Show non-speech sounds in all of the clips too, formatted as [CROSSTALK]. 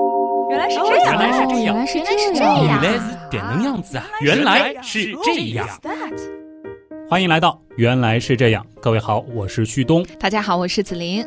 来是这样，哦原哦原来是这样原来是这样原来是这样。来是这样子啊！原原来来是是这这样样。 that？欢迎来到《原来是这样》，各位好，我是旭东。大家好，我是子琳。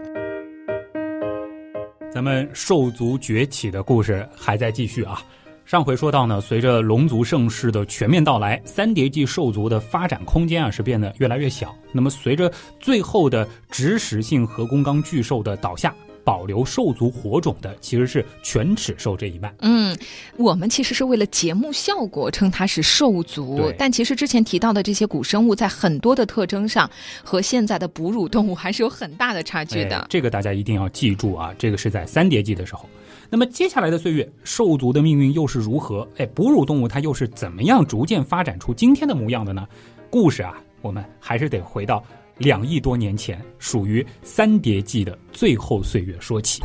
咱们兽族崛起的故事还在继续啊。上回说到呢，随着龙族盛世的全面到来，三叠纪兽族的发展空间啊是变得越来越小。那么随着最后的植食性核工纲巨兽的倒下，保留兽族火种的其实是犬齿兽这一脉。嗯，我们其实是为了节目效果称它是兽族对，但其实之前提到的这些古生物在很多的特征上和现在的哺乳动物还是有很大的差距哎的。这个大家一定要记住啊，这个是在三叠纪的时候。那么接下来的岁月，兽族的命运又是如何？哎，哺乳动物它又是怎么样逐渐发展出今天的模样的呢？故事啊，我们还是得回到两亿多年前，属于三叠纪的最后岁月说起。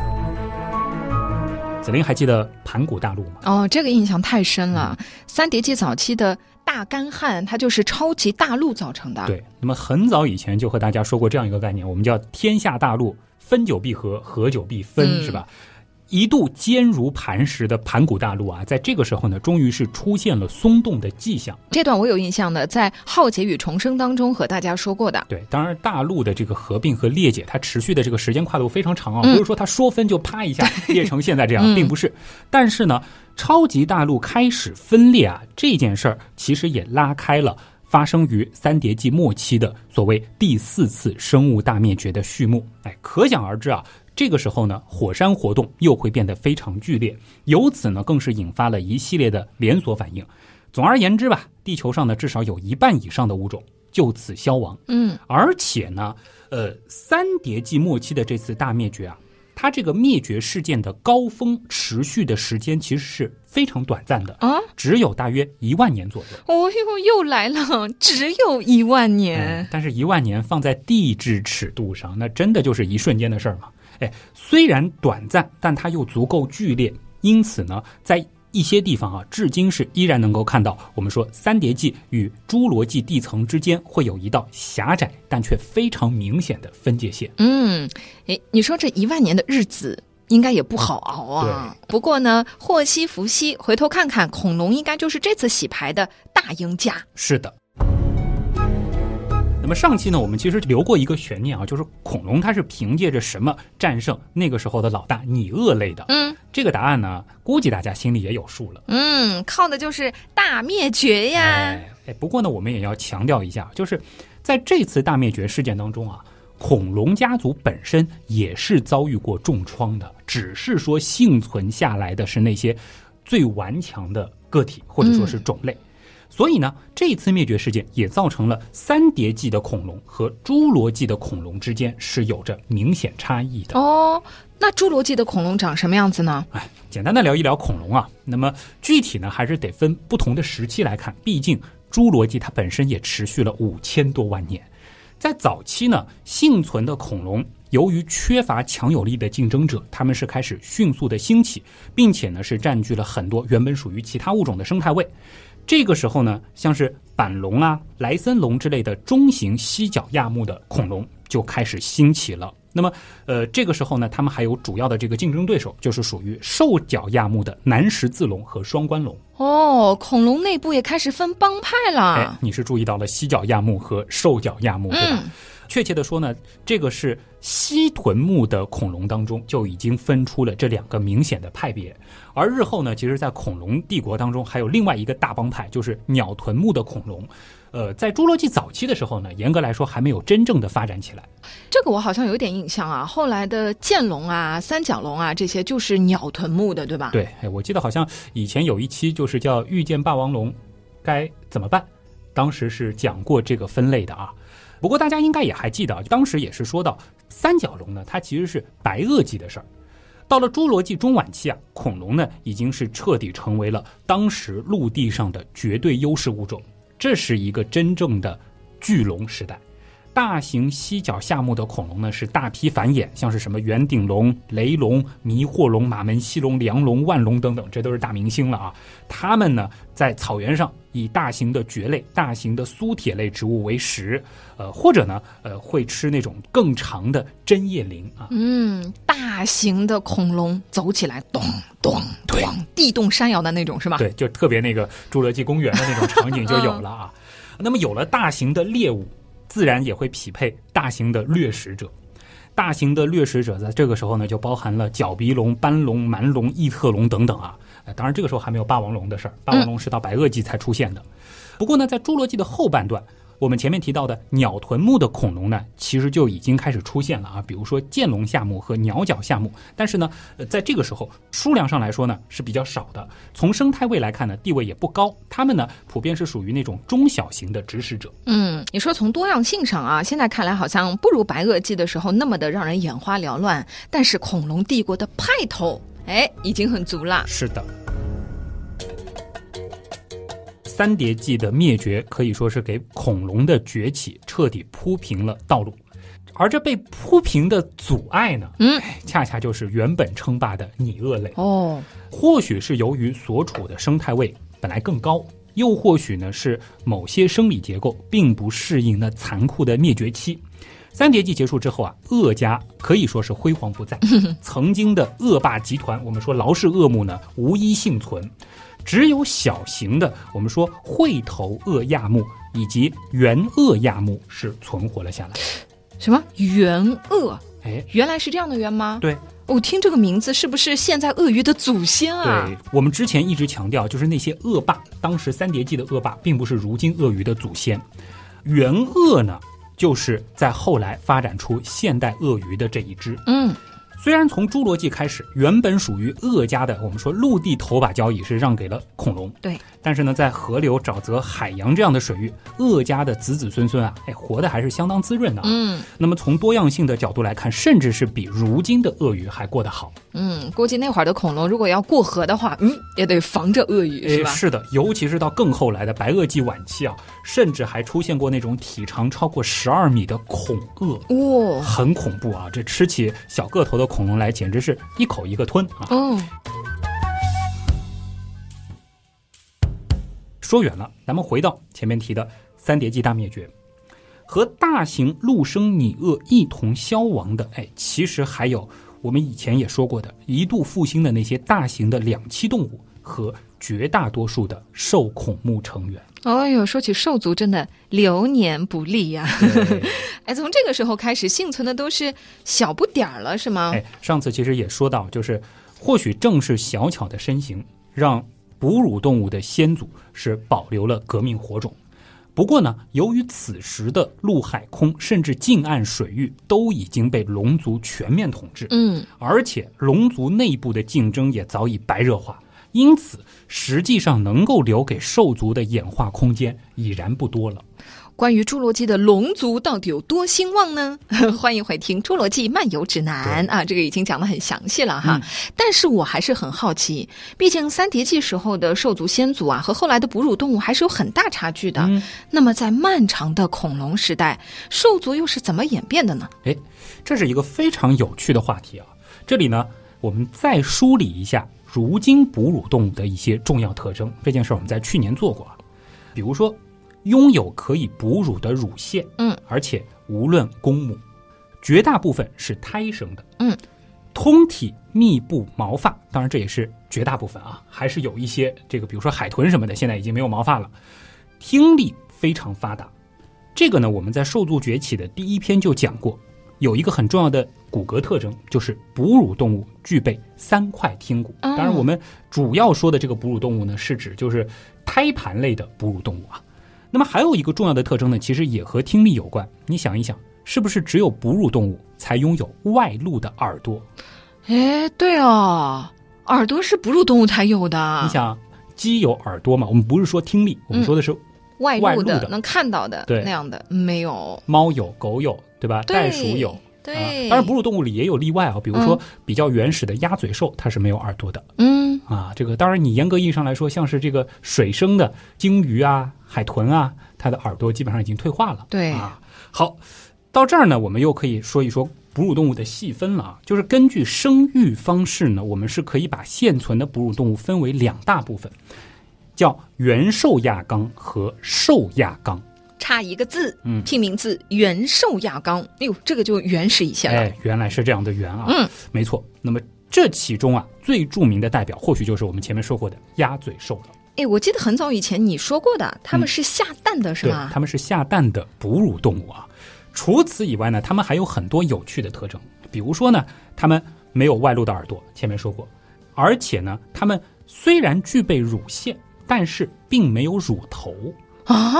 子林还记得盘古大陆吗？哦，这个印象太深了。嗯三叠纪早期的大干旱，它就是超级大陆造成的。对，那么很早以前就和大家说过这样一个概念，我们叫天下大陆，分久必合，合久必分，嗯是吧？一度坚如磐石的盘古大陆啊，在这个时候呢，终于是出现了松动的迹象。这段我有印象的，在《浩劫与重生》当中和大家说过的。对，当然大陆的这个合并和裂解，它持续的这个时间跨度非常长啊，嗯不是说它说分就啪一下裂成现在这嗯样，并不是。但是呢，超级大陆开始分裂啊，这件事儿其实也拉开了。发生于三叠纪末期的所谓第四次生物大灭绝的序幕，哎，可想而知啊，这个时候呢，火山活动又会变得非常剧烈，由此呢，更是引发了一系列的连锁反应。总而言之吧，地球上呢，至少有一半以上的物种就此消亡。嗯，而且呢，呃，三叠纪末期的这次大灭绝啊，它这个灭绝事件的高峰持续的时间其实是非常短暂的，啊，只有大约一万年左右。哦哟，又来了，只有一万嗯年。，但是，一万年放在地质尺度上，那真的就是一瞬间的事儿嘛。哎，虽然短暂，但它又足够剧烈，因此呢，在一些地方啊，至今是依然能够看到我们说三叠纪与侏罗纪地层之间会有一道狭窄但却非常明显的分界线。嗯，诶，你说这一万年的日子。应该也不好熬啊。不过呢，祸兮福兮，回头看看，恐龙应该就是这次洗牌的大赢家。是的。那么上期呢，我们其实留过一个悬念啊，就是恐龙它是凭借着什么战胜那个时候的老大拟鳄类的？嗯这个答案呢，估计大家心里也有数了。嗯，靠的就是大灭绝呀。哎，哎不过呢，我们也要强调一下，就是在这次大灭绝事件当中啊，恐龙家族本身也是遭遇过重创的，只是说幸存下来的是那些最顽强的个体或者说是种类。所以呢，这次灭绝事件也造成了三叠纪的恐龙和侏罗纪的恐龙之间是有着明显差异的。哦，那侏罗纪的恐龙长什么样子呢？哎，简单的聊一聊恐龙啊。那么具体呢，还是得分不同的时期来看，毕竟侏罗纪它本身也持续了五千多万年。在早期呢，幸存的恐龙由于缺乏强有力的竞争者，它们是开始迅速的兴起，并且呢是占据了很多原本属于其他物种的生态位。这个时候呢，像是板龙啊、莱森龙之类的中型犀角亚目的恐龙就开始兴起了。那么，呃，这个时候呢，它们还有主要的这个竞争对手，就是属于兽脚亚目的南十字龙和双冠龙。哦，恐龙内部也开始分帮派哎了，。你是注意到了犀角亚目和兽脚亚目，对吧？嗯确切的说呢，这个是蜥臀目的恐龙当中就已经分出了这两个明显的派别，而日后呢，其实，在恐龙帝国当中还有另外一个大帮派，就是鸟臀目的恐龙。呃，在侏罗纪早期的时候呢，严格来说还没有真正的发展起来。这个我好像有点印象啊。后来的剑龙啊、三角龙啊，这些就是鸟臀目的，对吧？对，哎，我记得好像以前有一期就是叫《遇见霸王龙该怎么办》，当时是讲过这个分类的啊。不过大家应该也还记得啊，当时也是说到三角龙呢，它其实是白垩纪的事儿。到了侏罗纪中晚期啊，恐龙呢已经是彻底成为了当时陆地上的绝对优势物种，这是一个真正的巨龙时代。大型犀角下目的恐龙呢是大批繁衍，像是什么圆顶龙、雷龙、迷惑龙、马门溪龙、梁龙、万龙等等，这都是大明星了啊。它们呢在草原上以大型的蕨类、大型的苏铁类植物为食，呃，或者呢呃会吃那种更长的针叶林啊。嗯，大型的恐龙走起来咚咚对咚，地动山摇的那种是吧？对，就特别那个《侏罗纪公园》的那种场景就有了啊。那么有了大型的猎物，自然也会匹配大型的掠食者。大型的掠食者在这个时候呢，就包含了角鼻龙、斑龙、蛮龙、异特龙等等啊。呃当然，这个时候还没有霸王龙的事儿，霸王龙是到白垩纪才出现的。不过呢，在侏罗纪的后半段，我们前面提到的鸟臀目的恐龙呢，其实就已经开始出现了啊，比如说剑龙下目和鸟角下目。但是呢，呃，在这个时候数量上来说呢是比较少的，从生态位来看呢地位也不高，它们呢普遍是属于那种中小型的植食者。嗯，你说从多样性上啊，现在看来好像不如白垩纪的时候那么的让人眼花缭乱，但是恐龙帝国的派头，哎，已经很足了。是的。三叠纪的灭绝可以说是给恐龙的崛起彻底铺平了道路，而这被铺平的阻碍呢，嗯哎，恰恰就是原本称霸的拟鳄类。哦，或许是由于所处的生态位本来更高，又或许呢是某些生理结构并不适应那残酷的灭绝期。三叠纪结束之后啊，恶家可以说是辉煌不再，曾经的恶霸集团，我们说劳氏恶目呢，无一幸存。只有小型的，我们说喙头鳄亚目以及圆鳄亚目是存活了下来。什么猿鳄？哎，原来是这样的猿吗？对，我、听这个名字是不是现在鳄鱼的祖呃先啊？对，我们之前一直强调，就是那些恶霸，当时三叠纪的恶霸，并不是如今鳄鱼的祖先。原鳄呢，就是在后来发展出现代鳄鱼的这一支。嗯，虽然从侏罗纪开始，原本属于鳄家的，我们说陆地头把交椅是让给了恐龙，对。但是呢，在河流、沼泽、海洋这样的水域，鳄家的子子孙孙啊，哎，活得还是相当滋润的、啊。嗯那么从多样性的角度来看，甚至是比如今的鳄鱼还过得好。嗯，估计那会儿的恐龙如果要过河的话，嗯，也得防着鳄鱼是诶吧？是的，尤其是到更后来的白垩纪晚期啊，甚至还出现过那种体长超过十二米的恐鳄，哇、哦，很恐怖啊！这吃起小个头的恐龙来，简直是一口一个吞啊！哦说远了，咱们回到前面提的三叠纪大灭绝，和大型陆生拟鳄一同消亡的，哎，其实还有我们以前也说过的，一度复兴的那些大型的两栖动物和绝大多数的兽孔目成员。哎呦，说起兽族，真的流年不利呀、 [LAUGHS] 对哎，从这个时候开始，幸存的都是小不点儿了，是吗？哎，上次其实也说到，就是或许正是小巧的身形，让哺乳动物的先祖是保留了革命火种。不过呢，由于此时的陆海空甚至近岸水域都已经被龙族全面统治，嗯，而且龙族内部的竞争也早已白热化，因此实际上能够留给兽族的演化空间已然不多了。关于侏罗纪的龙族到底有多兴旺呢？ [LAUGHS] 欢迎回听《侏罗纪漫游指南》啊，这个已经讲得很详细嗯了哈。但是我还是很好奇，毕竟三叠纪时候的兽族先祖啊，和后来的哺乳动物还是有很大差距的。嗯那么在漫长的恐龙时代，兽族又是怎么演变的呢？哎，这是一个非常有趣的话题啊！这里呢，我们再梳理一下如今哺乳动物的一些重要特征。这件事儿我们在去年做过啊，比如说拥有可以哺乳的乳腺，嗯，而且无论公母，绝大部分是胎生的，嗯，通体密布毛发，当然这也是绝大部分啊，还是有一些这个，比如说海豚什么的，现在已经没有毛发了。听力非常发达，这个呢，我们在兽族崛起的第一篇就讲过，有一个很重要的骨骼特征，就是哺乳动物具备三块听骨。嗯当然，我们主要说的这个哺乳动物呢，是指就是胎盘类的哺乳动物啊。那么还有一个重要的特征呢，其实也和听力有关。你想一想，是不是只有哺乳动物才拥有外露的耳朵？哎，对哦，耳朵是哺乳动物才有的，啊你想，鸡有耳朵嘛？我们不是说听力，我们说的是外外露露的、的能看到的对那样的没有。猫有、狗有，对吧？对袋鼠有。啊对，当然，哺乳动物里也有例外啊，比如说比较原始的鸭嘴兽，它是没有耳朵的嗯，啊。这个当然，你严格意义上来说，像是这个水生的鲸鱼啊、海豚啊，它的耳朵基本上已经退化了。对啊，好，到这儿呢，我们又可以说一说哺乳动物的细分了啊，就是根据生育方式呢，我们是可以把现存的哺乳动物分为两大部分，叫原兽亚纲和兽亚纲。差一个字，嗯拼名字原兽亚纲，哎呦，这个就原始一些了。哎，原来是这样的源啊，嗯，没错。那么这其中啊，最著名的代表或许就是我们前面说过的鸭嘴兽了，哎，我记得很早以前你说过的，他嗯们是下蛋的是对吗，？它们是下蛋的哺乳动物啊。除此以外呢，它们还有很多有趣的特征，比如说呢，它们没有外露的耳朵，前面说过，而且呢，它们虽然具备乳腺，但是并没有乳头啊，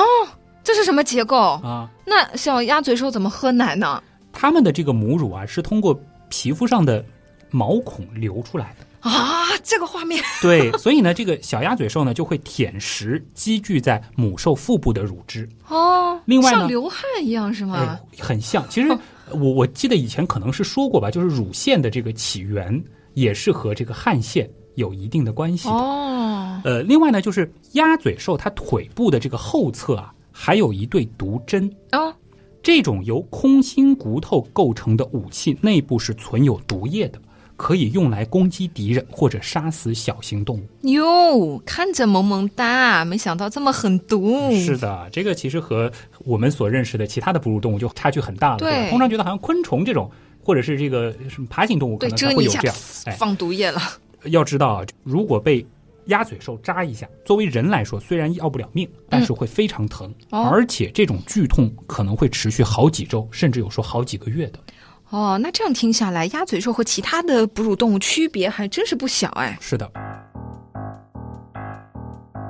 这是什么结构？啊。那小鸭嘴兽怎么喝奶呢？它们的这个母乳啊，是通过皮肤上的毛孔流出来的。啊，这个画面，对，所以呢，这个小鸭嘴兽呢就会舔食积聚在母兽腹部的乳汁，哦，另外呢像流汗一样是哎吗？，很像。其实我我记得以前可能是说过吧，就是乳腺的这个起源也是和这个汗腺有一定的关系的。哦，呃，另外呢，就是鸭嘴兽它腿部的这个后侧啊，还有一对毒针。哦，这种由空心骨头构成的武器，内部是存有毒液的，可以用来攻击敌人或者杀死小型动物。哟，看着萌萌哒，没想到这么狠毒。是的，这个其实和我们所认识的其他的哺乳动物就差距很大了。对对吧，通常觉得好像昆虫这种，或者是这个什么爬行动物，可对，能蛰才你会一有下这样。，哎，放毒液了。要知道啊，如果被鸭嘴兽扎一下，作为人来说，虽然要不了命，但是会非常疼，嗯哦而且这种剧痛可能会持续好几周，甚至有说好几个月的。哦，那这样听下来，鸭嘴兽和其他的哺乳动物区别还真是不小哎。是的。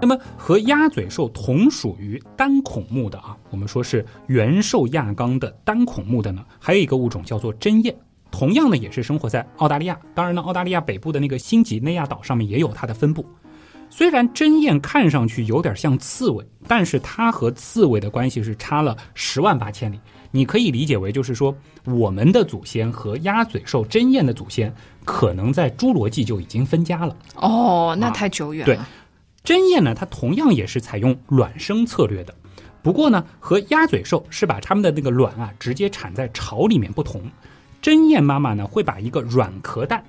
那么和鸭嘴兽同属于单孔目的啊，我们说是原兽亚纲的单孔目的呢，还有一个物种叫做针鼹，同样呢也是生活在澳大利亚。当然呢，澳大利亚北部的那个新几内亚岛上面也有它的分布。虽然针鼹看上去有点像刺猬，但是它和刺猬的关系是差了十万八千里。你可以理解为，就是说我们的祖先和鸭嘴兽针鼹的祖先，可能在侏罗纪就已经分家了。哦，那啊太久远对了。针鼹呢，它同样也是采用卵生策略的，不过呢，和鸭嘴兽是把它们的那个卵啊直接产在巢里面不同，针鼹妈妈呢会把一个软壳蛋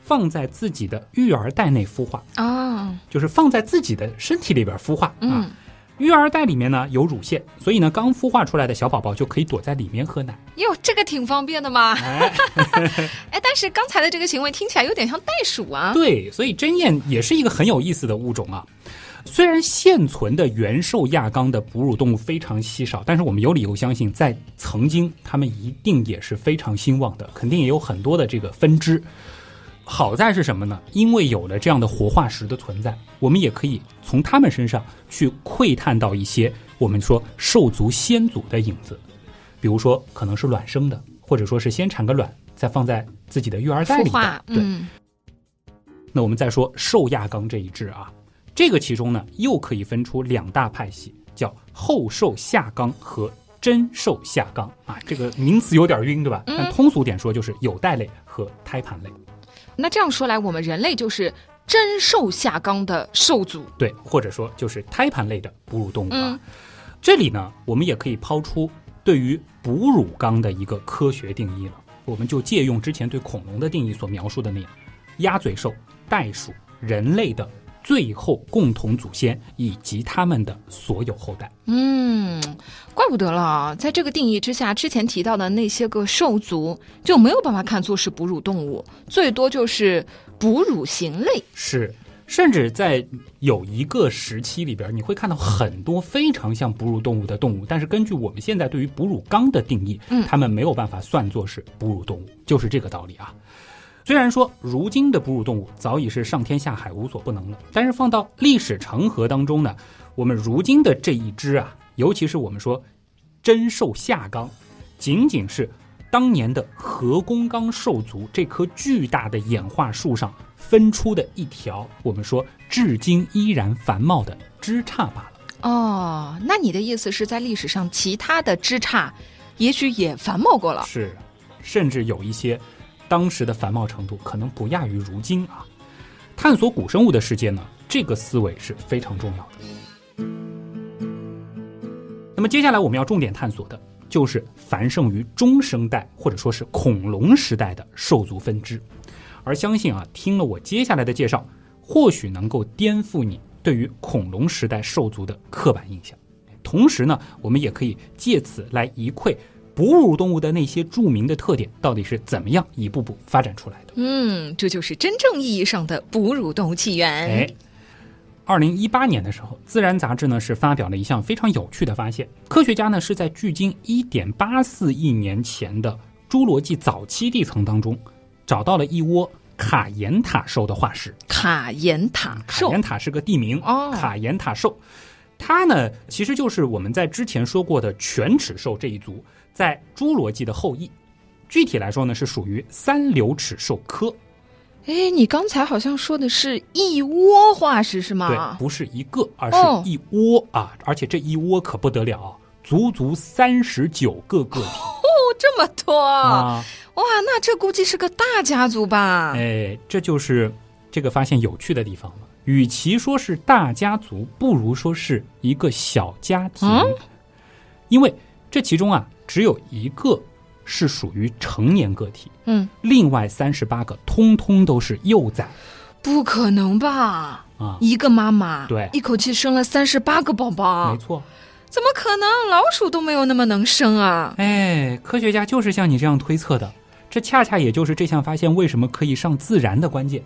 放在自己的育儿袋内孵化，啊，就是放在自己的身体里边孵化啊。嗯育儿袋里面呢有乳腺，所以呢刚孵化出来的小宝宝就可以躲在里面喝奶。哟，这个挺方便的嘛。哎， [LAUGHS] 哎，但是刚才的这个行为听起来有点像袋鼠啊。对，所以针鼹也是一个很有意思的物种啊。虽然现存的原兽亚纲的哺乳动物非常稀少，但是我们有理由相信，在曾经它们一定也是非常兴旺的，肯定也有很多的这个分支。好在是什么呢？因为有了这样的活化石的存在，我们也可以从它们身上去窥探到一些我们说兽族先祖的影子，比如说可能是卵生的，或者说是先产个卵，再放在自己的育儿袋里的孵化，，对。嗯，那我们再说兽亚纲这一支啊，这个其中呢又可以分出两大派系，叫后兽下纲和真兽下纲啊。这个名词有点晕，对吧？嗯但通俗点说就是有袋类和胎盘类，那这样说来，我们人类就是真兽下纲的兽族。对，或者说就是胎盘类的哺乳动物啊。嗯这里呢，我们也可以抛出对于哺乳纲的一个科学定义了，我们就借用之前对恐龙的定义所描述的那样，鸭嘴兽、袋鼠、人类的最后共同祖先以及他们的所有后代。嗯，怪不得了啊，在这个定义之下，之前提到的那些个兽族就没有办法看作是哺乳动物，最多就是哺乳型类。是，甚至在有一个时期里边，你会看到很多非常像哺乳动物的动物，但是根据我们现在对于哺乳纲的定义，嗯它们没有办法算作是哺乳动物，就是这个道理啊。虽然说如今的哺乳动物早已是上天下海无所不能了，但是放到历史长河当中呢，我们如今的这一支啊，尤其是我们说真兽下纲，仅仅是当年的河工纲兽族这棵巨大的演化树上分出的一条，我们说至今依然繁茂的枝杈罢了。哦，那你的意思是在历史上其他的枝杈，也许也繁茂过了。是，甚至有一些当时的繁茂程度可能不亚于如今啊。探索古生物的世界呢，这个思维是非常重要的。那么接下来我们要重点探索的就是繁盛于中生代或者说是恐龙时代的兽族分支。而相信啊，听了我接下来的介绍，或许能够颠覆你对于恐龙时代兽族的刻板印象。同时呢，我们也可以借此来一窥哺乳动物的那些著名的特点到底是怎么样一步步发展出来的。嗯，这就是真正意义上的哺乳动物起源。哎，二零一八年的时候，《自然》杂志呢是发表了一项非常有趣的发现，科学家呢是在距今一点八四亿年前的侏罗纪早期地层当中，找到了一窝卡岩塔兽的化石。卡岩塔卡兽岩塔是个地名，哦卡岩塔兽，它呢其实就是我们在之前说过的犬齿兽这一族在侏罗纪的后裔，具体来说呢是属于三流齿兽科，哎，你刚才好像说的是一窝化石是对，吗？不是一个，而啊哦是一窝、啊，而且这一窝可不得了啊，足足三十九个个体哦，这么多、啊！哇，那这估计是个大家族吧？哎，这就是这个发现有趣的地方了。与其说是大家族，不如说是一个小家庭，嗯因为这其中啊，只有一个是属于成年个体，嗯，另外三十八个通通都是幼崽不可能吧？啊。一个妈妈对一口气生了三十八个宝宝没，错，怎么可能？老鼠都没有那么能生啊！哎，科学家就是像你这样推测的，这恰恰也就是这项发现为什么可以上《自然》的关键。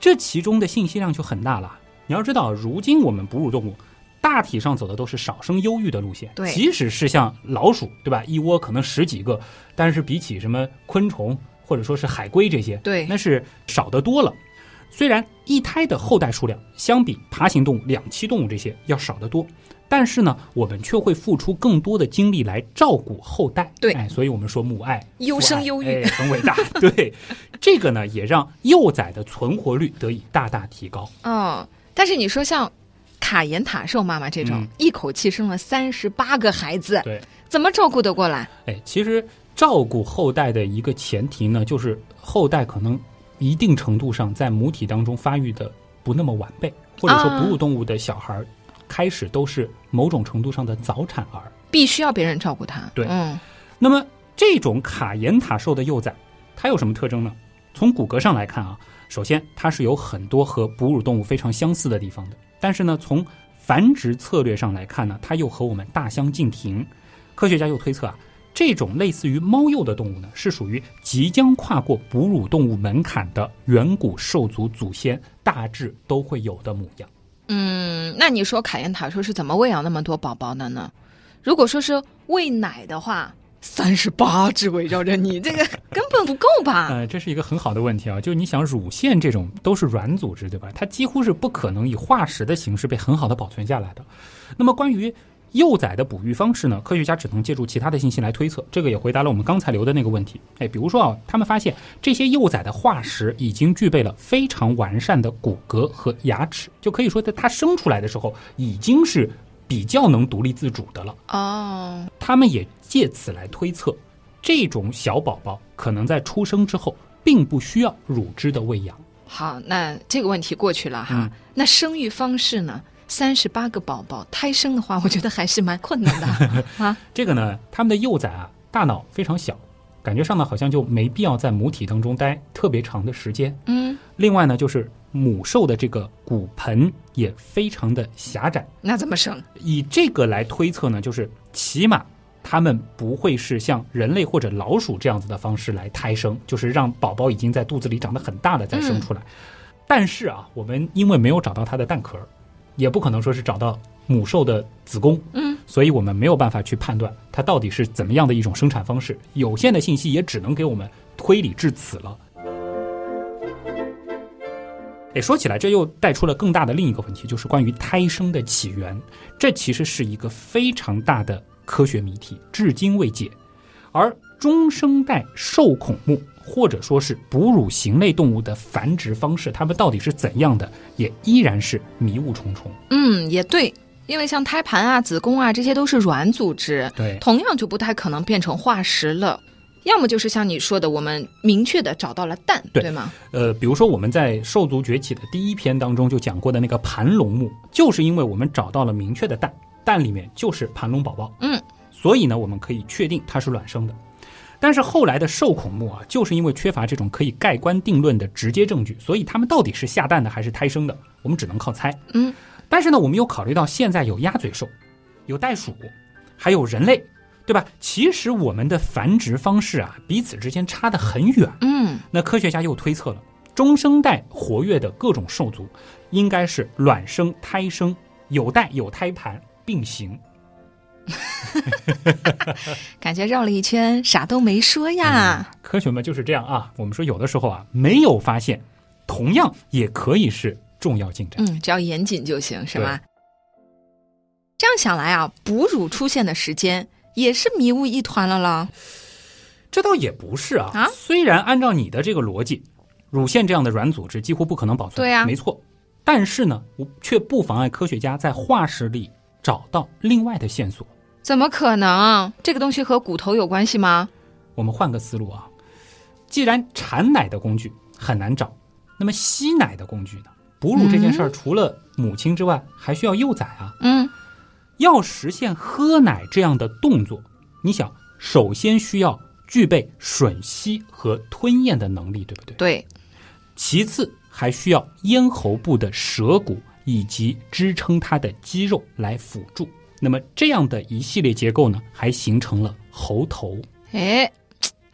这其中的信息量就很大了。你要知道，如今我们哺乳动物大体上走的都是少生优育的路线，对即使是像老鼠，对吧？一窝可能十几个，但是比起什么昆虫或者说是海龟这些，对那是少得多了。虽然一胎的后代数量相比爬行动物、两栖动物这些要少得多，但是呢，我们却会付出更多的精力来照顾后代。对哎，所以我们说母爱优生父爱优育哎，很伟大。 [LAUGHS] 对，这个呢，也让幼崽的存活率得以大大提高。嗯，但是你说像卡颜塔兽妈妈这种，嗯一口气生了三十八个孩子，对，怎么照顾得过来？哎，其实照顾后代的一个前提呢，就是后代可能一定程度上在母体当中发育的不那么完备，或者说啊哺乳动物的小孩儿开始都是某种程度上的早产儿。必须要别人照顾它。对嗯，那么这种卡颜塔兽的幼崽，它有什么特征呢？从骨骼上来看啊，首先它是有很多和哺乳动物非常相似的地方的，但是呢，从繁殖策略上来看呢，它又和我们大相径庭。科学家又推测啊，这种类似于猫鼬的动物呢，是属于即将跨过哺乳动物门槛的远古兽族祖先大致都会有的模样。嗯，那你说卡颜塔兽是怎么喂养那么多宝宝的呢？如果说是喂奶的话，三十八只围绕着你，这个根本不够 [LAUGHS] 吧？呃，这是一个很好的问题啊，就是你想乳腺这种都是软组织，对吧？它几乎是不可能以化石的形式被很好的保存下来的。那么关于幼崽的哺育方式呢，科学家只能借助其他的信息来推测。这个也回答了我们刚才留的那个问题。哎，比如说啊，他们发现这些幼崽的化石已经具备了非常完善的骨骼和牙齿，就可以说在它生出来的时候已经是比较能独立自主的了。哦，他们也借此来推测，这种小宝宝可能在出生之后并不需要乳汁的喂养。好，那这个问题过去了哈。嗯那生育方式呢？三十八个宝宝胎生的话，我觉得还是蛮困 [LAUGHS] 难的啊。这个呢，他们的幼崽啊，大脑非常小，感觉上呢好像就没必要在母体当中待特别长的时间。嗯，另外呢，就是母兽的这个骨盆也非常的狭窄，那怎么生？以这个来推测呢，就是起码他们不会是像人类或者老鼠这样子的方式来胎生，就是让宝宝已经在肚子里长得很大了再生出来。但是啊，我们因为没有找到它的蛋壳，也不可能说是找到母兽的子宫，嗯，所以我们没有办法去判断它到底是怎么样的一种生产方式。有限的信息也只能给我们推理至此了。哎，说起来，这又带出了更大的另一个问题，就是关于胎生的起源。这其实是一个非常大的科学谜题，至今未解。而中生代兽孔目或者说是哺乳型类动物的繁殖方式，它们到底是怎样的，也依然是迷雾重重。嗯，也对，因为像胎盘啊、子宫啊，这些都是软组织，对，同样就不太可能变成化石了。要么就是像你说的，我们明确的找到了蛋，对吗？呃，比如说我们在《兽族崛起》的第一篇当中就讲过的那个盘龙目，就是因为我们找到了明确的蛋，蛋里面就是盘龙宝宝。嗯，所以呢，我们可以确定它是卵生的。但是后来的兽孔目啊，就是因为缺乏这种可以盖棺定论的直接证据，所以它们到底是下蛋的还是胎生的，我们只能靠猜。嗯，但是呢，我们又考虑到现在有鸭嘴兽、有袋鼠，还有人类，对吧？其实我们的繁殖方式啊，彼此之间差得很远。嗯，那科学家又推测了，中生代活跃的各种兽族，应该是卵生、胎生、有袋有胎盘并行。感觉绕了一圈，啥都没说呀。科学嘛就是这样啊，我们说有的时候啊，没有发现，同样也可以是重要进展。嗯，只要严谨就行，是吧？这样想来啊，哺乳出现的时间也是迷雾一团了啦。这倒也不是啊，啊虽然按照你的这个逻辑，乳腺这样的软组织几乎不可能保存，对啊没错。但是呢，我却不妨碍科学家在化石里找到另外的线索。怎么可能？这个东西和骨头有关系吗？我们换个思路啊，既然产奶的工具很难找，那么吸奶的工具呢？哺乳这件事儿，除了母亲之外，还需要幼崽啊。嗯，要实现喝奶这样的动作，你想，首先需要具备吮吸和吞咽的能力，对不对？对，其次，还需要咽喉部的舌骨以及支撑它的肌肉来辅助。那么这样的一系列结构呢，还形成了喉头。哎，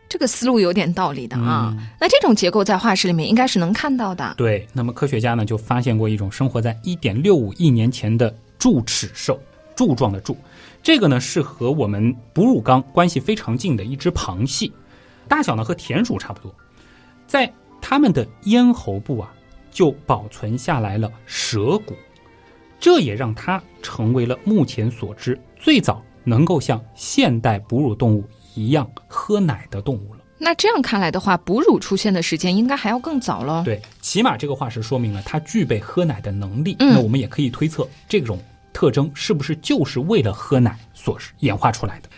这个思路有点道理的啊。那这种结构在化石里面应该是能看到的。对，那么科学家呢就发现过一种生活在1.65亿年前的柱齿兽，柱状的柱，这个呢是和我们哺乳纲关系非常近的一只螃蟹，大小呢和田鼠差不多，在它们的咽喉部啊就保存下来了舌骨，这也让它成为了目前所知最早能够像现代哺乳动物一样喝奶的动物了。那这样看来的话，哺乳出现的时间应该还要更早喽。对，起码这个化石说明了它具备喝奶的能力。嗯那我们也可以推测，这种特征是不是就是为了喝奶所演化出来的？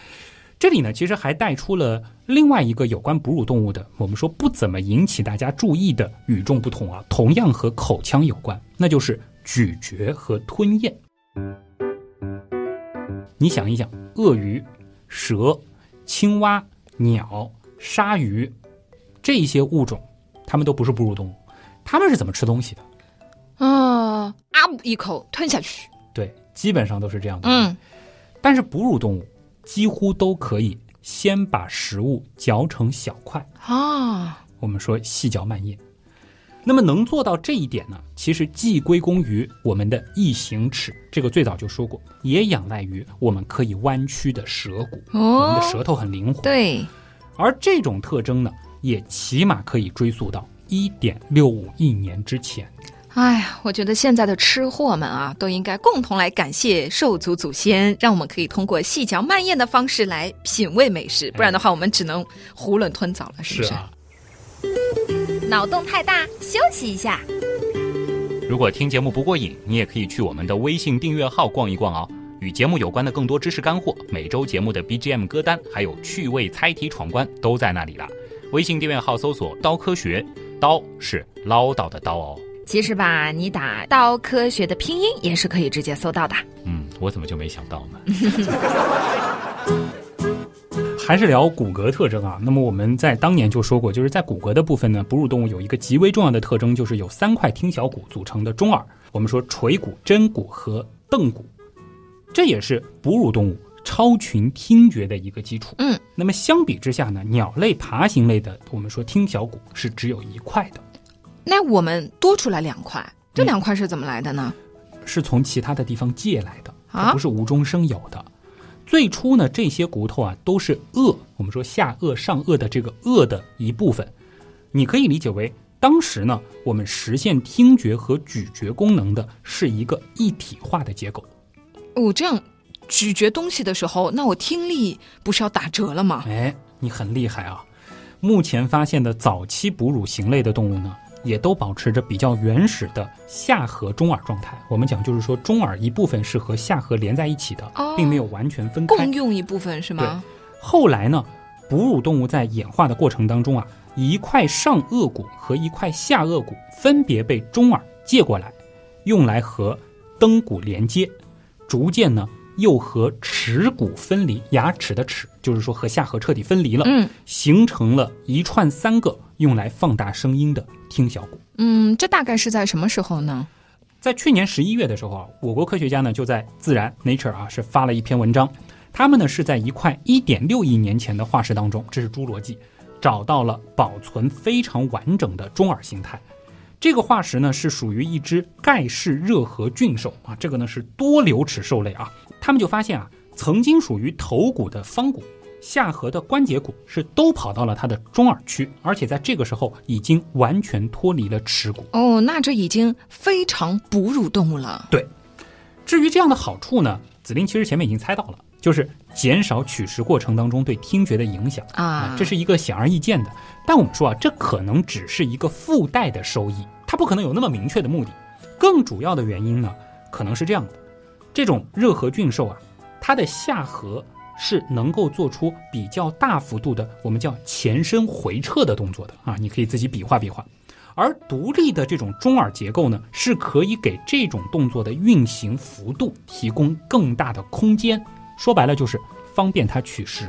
这里呢，其实还带出了另外一个有关哺乳动物的，我们说不怎么引起大家注意的与众不同啊，同样和口腔有关，那就是咀嚼和吞咽。你想一想，鳄鱼、蛇、青蛙、鸟、鲨鱼这些物种，它们都不是哺乳动物，它们是怎么吃东西的？啊，啊一口吞下去。对，基本上都是这样的。，嗯，但是哺乳动物几乎都可以先把食物嚼成小块，啊，我们说细嚼慢咽。那么能做到这一点呢，其实既归功于我们的异形齿，这个最早就说过，也仰赖于我们可以弯曲的舌骨，我们的哦，舌头很灵活。对，而这种特征呢，也起码可以追溯到1.65亿年之前。哎呀，我觉得现在的吃货们啊，都应该共同来感谢兽族祖先，让我们可以通过细嚼慢咽的方式来品味美食，不然的话，我们只能囫囵吞枣了，是不是？，啊脑洞太大，休息一下。如果听节目不过瘾，你也可以去我们的微信订阅号逛一逛哦。与节目有关的更多知识干货，每周节目的 BGM 歌单，还有趣味猜题闯关都在那里了。微信订阅号搜索“刀科学”，刀是唠叨的刀哦。其实吧，你打“刀科学”的拼音也是可以直接搜到的。嗯，我怎么就没想到呢？ [LAUGHS] 还是聊骨骼特征啊。那么我们在当年就说过，就是在骨骼的部分呢，哺乳动物有一个极为重要的特征，就是有三块听小骨组成的中耳。我们说垂骨、针骨和镫骨，这也是哺乳动物超群听觉的一个基础。嗯，那么相比之下呢，鸟类、爬行类的，我们说听小骨是只有一块的。那我们多出来两块，这嗯两块是怎么来的呢？是从其他的地方借来的，啊它不是无中生有的。最初呢，这些骨头啊都是颚，我们说下颚、上颚的这个颚的一部分。你可以理解为，当时呢，我们实现听觉和咀嚼功能的是一个一体化的结构。我、哦这样咀嚼东西的时候，那我听力不是要打折了吗？哎，你很厉害啊！目前发现的早期哺乳型类的动物呢，也都保持着比较原始的下颌中耳状态。我们讲就是说，中耳一部分是和下颌连在一起的，哦并没有完全嗯分开。共用一部分是吗？后来呢，哺乳动物在演化的过程当中啊，一块上颚骨和一块下颚骨分别被中耳借过来，用来和镫骨连接，逐渐呢又和齿骨分离，牙齿的齿就是说和下颌彻底分离了，嗯形成了一串三个用来放大声音的听小骨。嗯，这大概是在什么时候呢？在去年十一月的时候啊，我国科学家呢就在《自然》（Nature） 啊是发了一篇文章，他们呢是在一块一点六亿年前的化石当中，这是侏罗纪，找到了保存非常完整的中耳形态。这个化石呢是属于一只盖氏热河菌兽啊，这个呢是多瘤齿兽类啊。他们就发现啊，曾经属于头骨的方骨、下颌的关节骨是都跑到了它的中耳区，而且在这个时候已经完全脱离了耻骨。哦，那这已经非常哺乳动物了。至于这样的好处呢，子林其实前面已经猜到了，就是减少取食过程当中对听觉的影响啊这是一个显而易见的。但我们说啊，这可能只是一个附带的收益，它不可能有那么明确的目的。更主要的原因呢，可能是这样的：这种热河菌兽啊，它的下颌是能够做出比较大幅度的，我们叫前伸回撤的动作的啊，你可以自己比划比划。而独立的这种中耳结构呢，是可以给这种动作的运行幅度提供更大的空间。说白了就是方便它取食。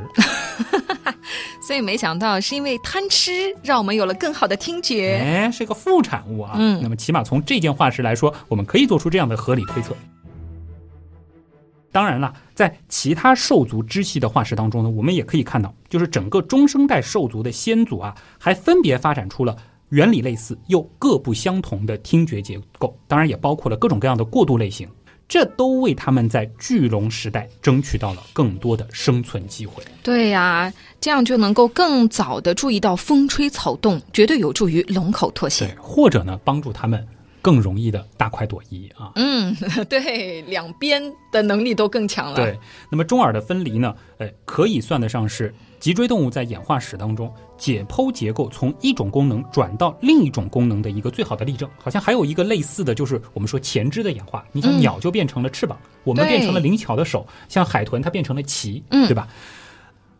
所以没想到是因为贪吃，让我们有了更好的听觉。哎，是个副产物啊。嗯那么起码从这件化石来说，我们可以做出这样的合理推测。当然了，在其他兽族支系的化石当中呢，我们也可以看到，就是整个中生代兽族的先祖啊，还分别发展出了原理类似又各不相同的听觉结构，当然也包括了各种各样的过渡类型，这都为他们在巨龙时代争取到了更多的生存机会。对呀、这样就能够更早的注意到风吹草动，绝对有助于龙口脱对险。，或者呢，帮助他们更容易的大快朵颐啊。嗯， [LAUGHS] 对，两边的能力都更强了。对，那么中耳的分离呢，呃，可以算得上是脊椎动物在演化史当中解剖结构从一种功能转到另一种功能的一个最好的例证。好像还有一个类似的就是我们说前肢的演化，你像嗯鸟就变成了翅膀，我们变成了对灵巧的手，像海豚它变成了鳍，嗯对吧？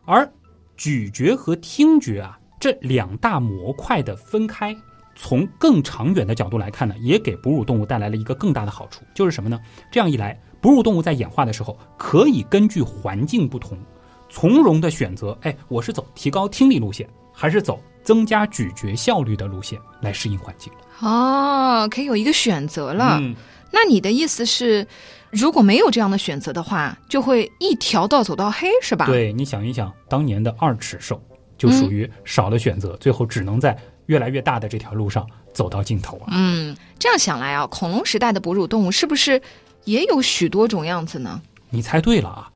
而咀嚼和听觉啊这两大模块的分开。从更长远的角度来看呢，也给哺乳动物带来了一个更大的好处，就是什么呢？这样一来，哺乳动物在演化的时候，可以根据环境不同，从容的选择，哎，我是走提高听力路线，还是走增加咀嚼效率的路线来适应环境。哦，可以有一个选择了。，嗯那你的意思是，如果没有这样的选择的话，就会一条道走到黑，是吧？。对，你想一想，当年的二尺兽就属于少了选择，最后只能在越来越大的这条路上走到尽头啊。嗯，这样想来啊，恐龙时代的哺乳动物是不是也有许多种样子呢？你猜对了啊！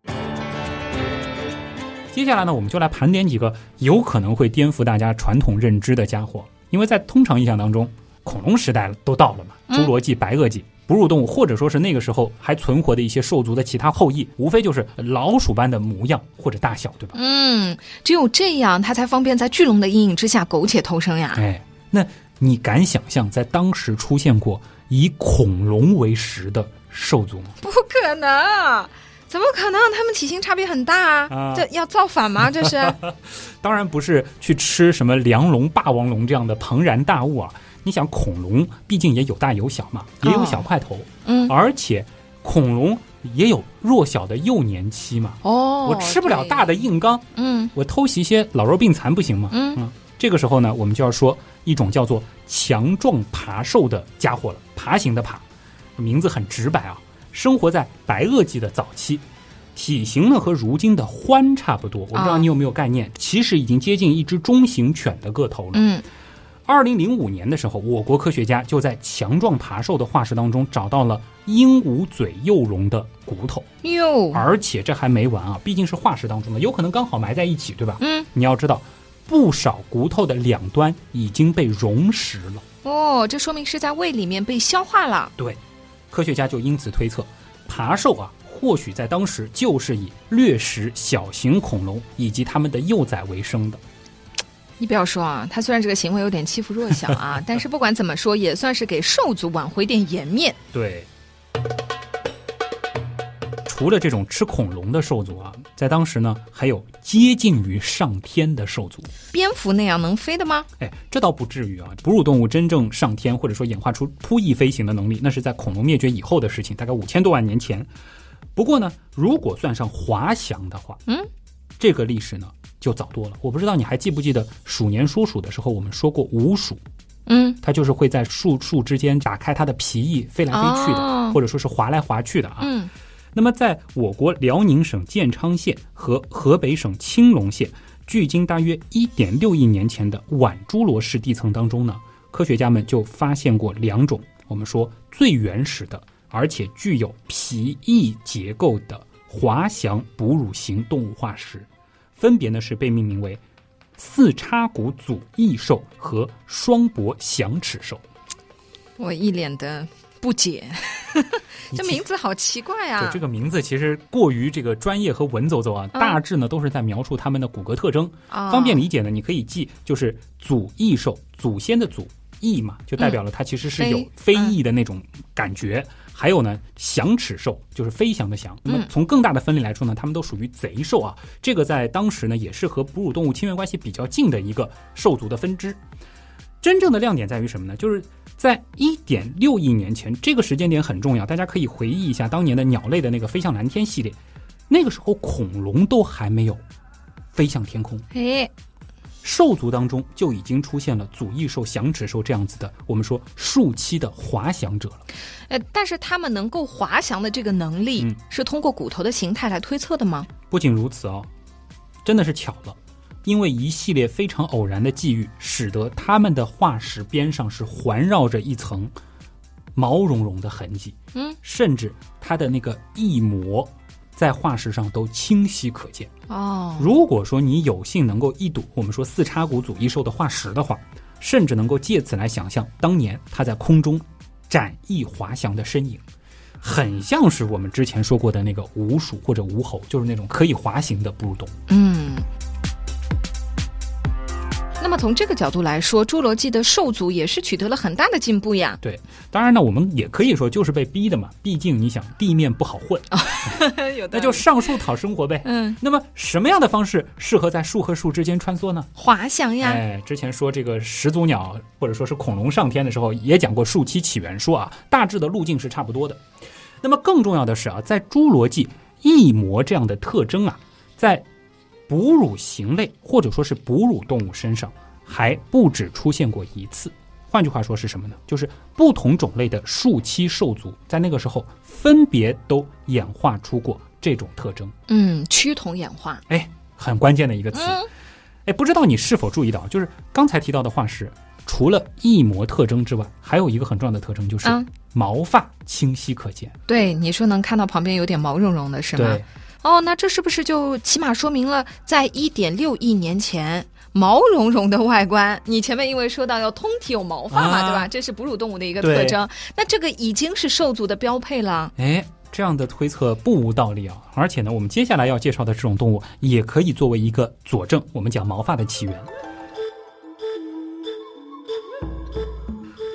接下来呢，我们就来盘点几个有可能会颠覆大家传统认知的家伙，因为在通常印象当中，恐龙时代都到了嘛，嗯侏罗纪、白垩纪。哺乳动物，或者说是那个时候还存活的一些兽族的其他后裔，无非就是老鼠般的模样或者大小，对吧？嗯，只有这样，它才方便在巨龙的阴影之下苟且偷生呀。哎，那你敢想象在当时出现过以恐龙为食的兽族吗？不可能，怎么可能？它们体型差别很大啊！啊这要造反吗？这 [LAUGHS] 是当然不是去吃什么梁龙、霸王龙这样的庞然大物啊！你想，恐龙毕竟也有大有小嘛，也有小块头，嗯而且恐龙也有弱小的幼年期嘛。哦，我吃不了大的，的硬刚，嗯我偷袭一些老弱病残不行吗？嗯这个时候呢，我们就要说一种叫做强壮爬兽的家伙了，爬行的爬，名字很直白啊。生活在白垩纪的早期，体型呢和如今的獾差不多。我不知道啊你有没有概念，其实已经接近一只中型犬的个头了。嗯，二零零五年的时候，我国科学家就在强壮爬兽的化石当中找到了鹦鹉嘴幼龙的骨头，哟，而且这还没完啊，毕竟是化石当中的，有可能刚好埋在一起，对吧？嗯你要知道，不少骨头的两端已经被溶蚀了。哦，这说明是在胃里面被消化了。对，科学家就因此推测，爬兽啊，或许在当时就是以掠食小型恐龙以及它们的幼崽为生的。你不要说啊，他虽然这个行为有点欺负弱小啊， [LAUGHS] 但是不管怎么说，也算是给兽族挽回点颜面。对。除了这种吃恐龙的兽族啊，在当时呢，还有接近于上天的兽族。蝙蝠那样能飞的吗？哎，这倒不至于啊。哺乳动物真正上天或者说演化出扑翼飞行的能力，那是在恐龙灭绝以后的事情，大概五千多万年前。不过呢，如果算上滑翔的话，嗯，这个历史呢就早多了。我不知道你还记不记得鼠年说鼠的时候，我们说过鼯鼠，嗯，它就是会在树树之间打开它的皮翼飞来飞去的，哦或者说是滑来滑去的啊。嗯那么，在我国辽宁省建昌县和河北省青龙县，距今大约一点六亿年前的晚侏罗世地层当中呢，科学家们就发现过两种我们说最原始的，而且具有皮翼结构的滑翔哺乳型动物化石，分别呢是被命名为四叉骨祖翼兽和双脖响齿兽。我一脸的不解， [LAUGHS] 这你记名字好奇怪对啊！这个名字其实过于这个专业和文绉绉啊，嗯大致呢都是在描述它们的骨骼特征。啊方便理解呢，你可以记就是祖异兽，祖先的祖异嘛，就代表了它其实是有飞飞翼的那种感觉。还有呢，响齿兽就是飞翔的翔。那么嗯从更大的分类来说呢，它们都属于贼兽啊。这个在当时呢，也是和哺乳动物亲缘关系比较近的一个兽族的分支。真正的亮点在于什么呢？就是在一点六亿年前，这个时间点很重要，大家可以回忆一下当年的鸟类的那个飞向蓝天系列，那个时候恐龙都还没有飞向天空。哎，兽族当中就已经出现了祖翼兽、响齿兽这样子的，我们说树栖的滑翔者了。呃，但是他们能够滑翔的这个能力嗯，是通过骨头的形态来推测的吗？不仅如此哦，真的是巧了，因为一系列非常偶然的际遇，使得它们的化石边上是环绕着一层毛茸茸的痕迹，嗯，甚至它的那个翼膜在化石上都清晰可见。哦，如果说你有幸能够一睹我们说四叉骨祖异兽的化石的话，甚至能够借此来想象当年它在空中展翼滑翔的身影，很像是我们之前说过的那个鼯鼠或者鼯猴，就是那种可以滑行的哺乳动物。嗯。那么从这个角度来说，侏罗纪的兽族也是取得了很大的进步呀。对，当然呢，我们也可以说就是被逼的嘛，毕竟你想地面不好混，有那就上树讨生活呗。嗯，那么什么样的方式适合在树和树之间穿梭呢？滑翔呀，哎，之前说这个始祖鸟或者说是恐龙上天的时候，也讲过树栖起源说啊，大致的路径是差不多的。那么更重要的是啊，在侏罗纪翼膜这样的特征啊，在哺乳型类或者说是哺乳动物身上还不止出现过一次。换句话说是什么呢？就是不同种类的树栖兽族在那个时候分别都演化出过这种特征。嗯，趋同演化，哎，很关键的一个词。嗯哎，不知道你是否注意到，就是刚才提到的化石，除了翼膜特征之外，还有一个很重要的特征就是啊毛发清晰可见。对，你说能看到旁边有点毛茸茸的是吗对？，哦，那这是不是就起码说明了，在一点六亿年前，毛茸茸的外观，你前面因为说到要通体有毛发嘛，啊对吧？这是哺乳动物的一个对特征，那这个已经是兽族的标配了。哎，这样的推测不无道理啊。而且呢，我们接下来要介绍的这种动物，也可以作为一个佐证。我们讲毛发的起源。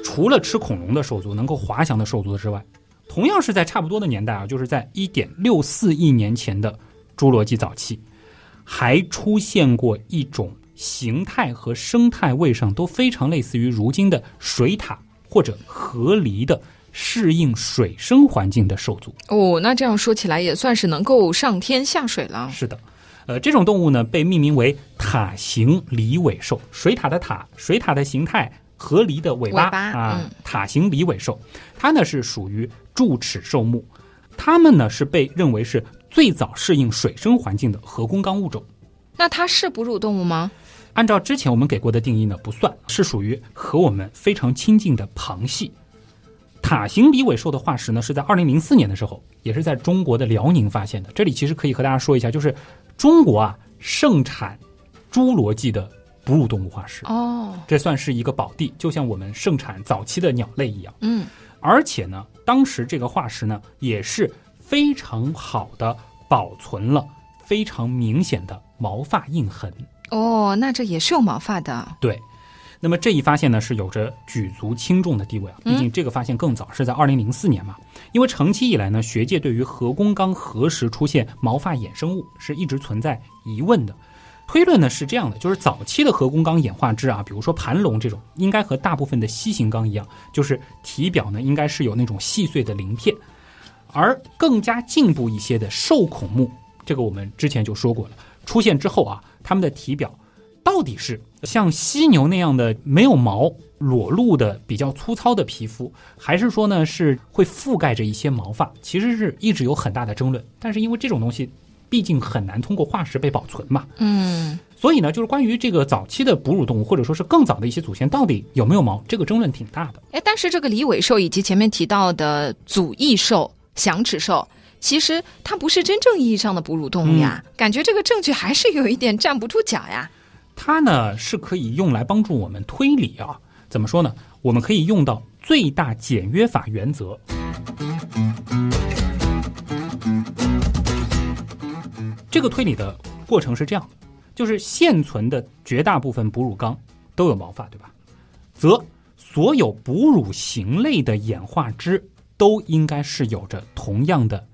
除了吃恐龙的兽族能够滑翔的兽族之外，同样是在差不多的年代啊，就是在一点六四亿年前的侏罗纪早期，还出现过一种形态和生态位上都非常类似于如今的水獭或者河狸的适应水生环境的兽族。哦，那这样说起来也算是能够上天下水了。是的，呃，这种动物呢被命名为塔形狸尾兽，水獭的塔，水獭的形态。河狸的尾巴尾巴啊嗯，塔形狸尾兽，它呢是属于柱齿兽目，它们呢是被认为是最早适应水生环境的核工纲物种。那它是哺乳动物吗？按照之前我们给过的定义呢，不算，是属于和我们非常亲近的螃蟹。塔形狸尾兽的化石呢，是在2004年的时候，也是在中国的辽宁发现的。这里其实可以和大家说一下，就是中国啊盛产侏罗纪的哺乳动物化石，哦，这算是一个宝地，就像我们盛产早期的鸟类一样。嗯，而且呢，当时这个化石呢也是非常好的保存了非常明显的毛发印痕。哦，那这也是有毛发的。对，那么这一发现呢是有着举足轻重的地位啊，嗯毕竟这个发现更早，是在二零零四年嘛。因为长期以来呢，学界对于核工纲何时出现毛发衍生物是一直存在疑问的。推论呢是这样的，就是早期的核工纲演化之啊，比如说盘龙这种，应该和大部分的蜥形纲一样，就是体表呢应该是有那种细碎的鳞片，而更加进步一些的兽孔目，这个我们之前就说过了，出现之后啊，它们的体表到底是像犀牛那样的没有毛、裸露的比较粗糙的皮肤，还是说呢是会覆盖着一些毛发？其实是一直有很大的争论。但是因为这种东西毕竟很难通过化石被保存嘛，嗯，所以呢，就是关于这个早期的哺乳动物，或者说是更早的一些祖先到底有没有毛，这个争论挺大的。哎，但是这个离尾兽以及前面提到的祖翼兽、响齿兽，其实它不是真正意义上的哺乳动物呀，感觉这个证据还是有一点站不住脚呀。它呢是可以用来帮助我们推理啊，怎么说呢？我们可以用到最大简约法原则。这个推理的过程是这样的，就是现存的绝大部分哺乳纲都有毛发，对吧？则所有哺乳型类的演化支都应该是有着同样的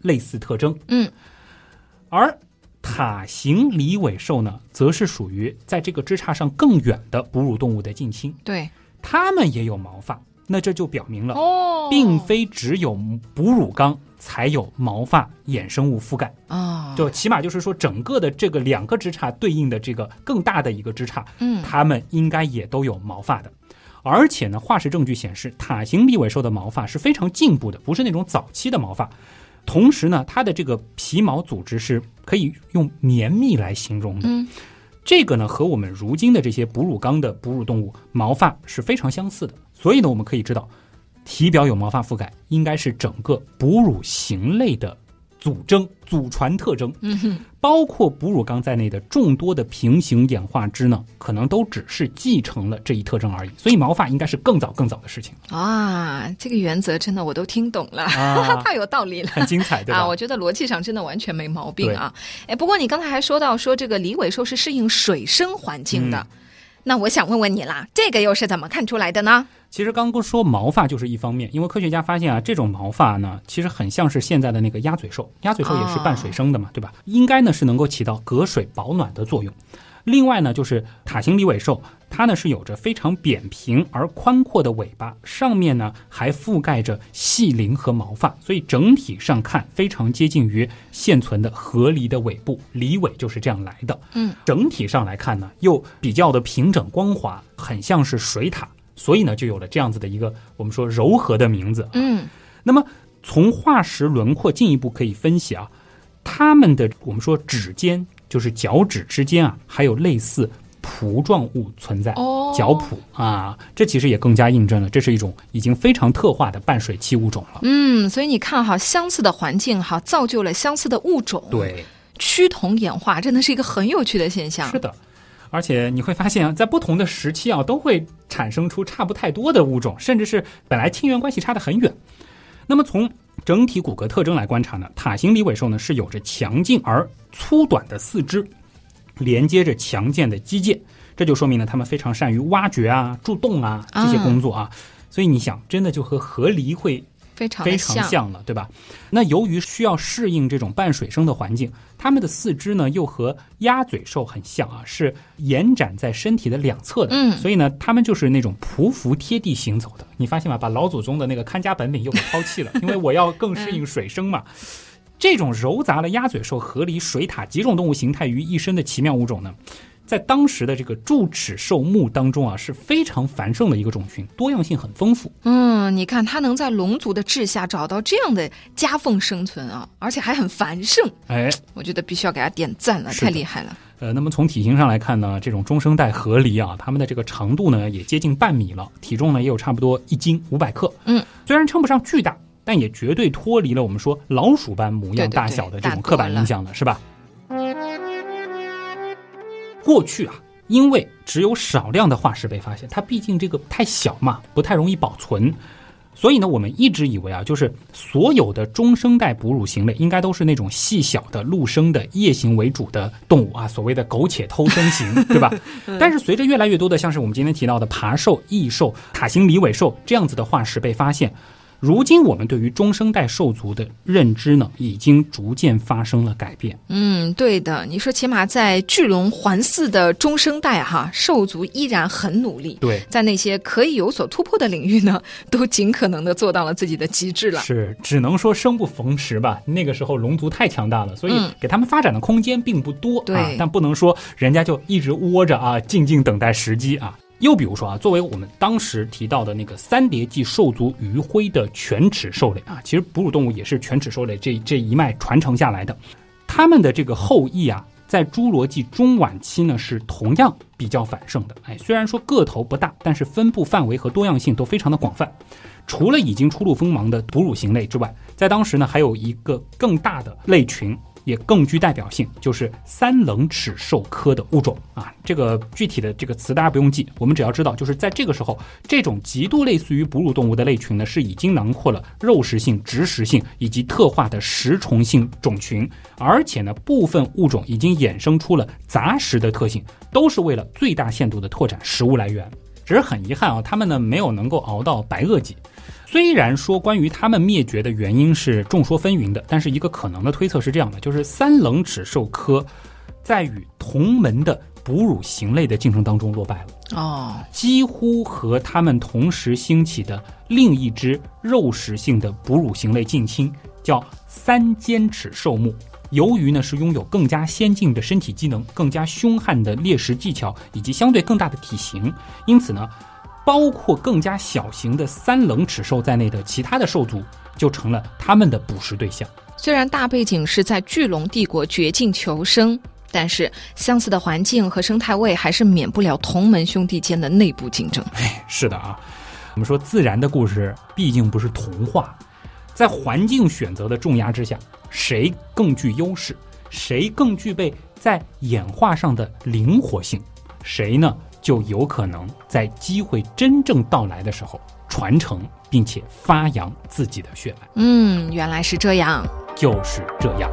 类似特征。嗯，而塔形离尾兽呢，则是属于在这个枝杈上更远的哺乳动物的近亲，对，它们也有毛发，那这就表明了，哦并非只有哺乳纲才有毛发衍生物覆盖。啊，就起码就是说，整个的这个两个枝杈对应的这个更大的一个枝杈，嗯它们应该也都有毛发的。而且呢，化石证据显示，塔形立尾兽的毛发是非常进步的，不是那种早期的毛发。同时呢，它的这个皮毛组织是可以用绵密来形容的。嗯这个呢，和我们如今的这些哺乳纲的哺乳动物毛发是非常相似的。所以呢，我们可以知道，体表有毛发覆盖应该是整个哺乳型类的祖征、祖传特征。嗯哼，包括哺乳纲在内的众多的平行演化支呢，可能都只是继承了这一特征而已。所以毛发应该是更早更早的 [LAUGHS] 事情啊，这个原则真的我都听懂了，啊太有道理了。很精彩，对吧？啊，我觉得逻辑上真的完全没毛病啊。哎，不过你刚才还说到说这个离尾兽是适应水生环境的，嗯那我想问问你啦，这个又是怎么看出来的呢？其实刚刚说毛发就是一方面，因为科学家发现啊，这种毛发呢，其实很像是现在的那个鸭嘴兽，鸭嘴兽也是半水生的嘛，对吧？应该呢是能够起到隔水保暖的作用。另外呢，就是塔形离尾兽，它呢是有着非常扁平而宽阔的尾巴，上面呢还覆盖着细鳞和毛发，所以整体上看非常接近于现存的河狸的尾部，离尾就是这样来的。整体上来看呢，又比较的平整光滑，很像是水獭，所以呢，就有了这样子的一个我们说柔和的名字。嗯，那么从化石轮廓进一步可以分析啊，它们的我们说指尖就是脚趾之间啊，还有类似蹼状物存在。哦脚蹼啊，这其实也更加印证了，这是一种已经非常特化的半水栖物种了。嗯，所以你看哈，相似的环境哈，造就了相似的物种，，对，趋同演化真的是一个很有趣的现象。是的，而且你会发现啊，在不同的时期啊，都会产生出差不太多的物种，甚至是本来亲缘关系差得很远。那么从整体骨骼特征来观察呢，塔形离尾兽呢是有着强劲而粗短的四肢，连接着强健的肌腱，这就说明了它们非常善于挖掘啊、筑洞啊这些工作啊。所以你想，真的就和河狸会非常非的常像了，对吧？那由于需要适应这种半水生的环境，它们的四肢呢又和鸭嘴兽很像啊，是延展在身体的两侧的，嗯所以呢，它们就是那种匍匐贴地行走的。你发现吗？把老祖宗的那个看家本领又给抛弃了，因为我要更适应水生嘛。这种糅杂了鸭嘴兽、河狸、水獭几种动物形态于一身的奇妙物种呢，在当时的这个柱齿兽目当中啊，是非常繁盛的一个种群，多样性很丰富。嗯，你看它能在龙族的治下找到这样的夹缝生存啊，而且还很繁盛，哎，我觉得必须要给它点赞了，是太的厉害了。呃，那么从体型上来看呢，这种中生代河狸啊，它们的这个长度呢也接近半米了，体重呢也有差不多一斤五百克。嗯，虽然称不上巨大，但也绝对脱离了我们说老鼠般模对样对大对小的大这种多刻板了印象了，是吧？过去啊，因为只有少量的化石被发现，它毕竟这个太小嘛，不太容易保存。所以呢，我们一直以为啊，就是所有的中生代哺乳型类应该都是那种细小的陆生的夜行为主的动物啊，所谓的苟且偷生型， [LAUGHS] 对吧？但是随着越来越多的像是我们今天提到的爬兽、异兽、塔形离尾兽这样子的化石被发现，如今我们对于中生代兽族的认知呢，已经逐渐发生了改变。嗯，对的，你说起码在巨龙环伺的中生代哈，兽族依然很努力，对，在那些可以有所突破的领域呢，都尽可能的做到了自己的极致了。是，只能说生不逢时吧。那个时候龙族太强大了，所以嗯给他们发展的空间并不多、对啊。但不能说人家就一直窝着啊，静静等待时机啊。又比如说啊，作为我们当时提到的那个三叠纪兽族余晖的犬齿兽类啊，其实哺乳动物也是犬齿兽类这这一脉传承下来的，他们的这个后裔啊，在侏罗纪中晚期呢是同样比较繁盛的。哎，虽然说个头不大，但是分布范围和多样性都非常的广泛。除了已经初露锋芒的哺乳型类之外，在当时呢，还有一个更大的类群，也更具代表性，就是三棱齿兽科的物种啊。这个具体的这个词大家不用记，我们只要知道，就是在这个时候，这种极度类似于哺乳动物的类群呢，是已经囊括了肉食性、植食性以及特化的食虫性种群，而且呢，部分物种已经衍生出了杂食的特性，都是为了最大限度的拓展食物来源。只是很遗憾啊，他们呢没有能够熬到白垩纪，虽然说关于它们灭绝的原因是众说纷纭的，但是一个可能的推测是这样的：就是三棱齿兽科在与同门的哺乳型类的竞争当中落败了，哦，几乎和它们同时兴起的另一只肉食性的哺乳型类近亲，叫三尖齿兽目。由于呢是拥有更加先进的身体机能、更加凶悍的猎食技巧以及相对更大的体型，因此呢，包括更加小型的三棱齿兽在内的其他的兽族就成了他们的捕食对象。虽然大背景是在巨龙帝国绝境求生，但是相似的环境和生态位还是免不了同门兄弟间的内部竞争。是的啊，我们说自然的故事毕竟不是童话，在环境选择的重压之下，谁更具优势，谁更具备在演化上的灵活性，谁呢就有可能在机会真正到来的时候传承并且发扬自己的血脉，嗯，原来是这样。就是这样。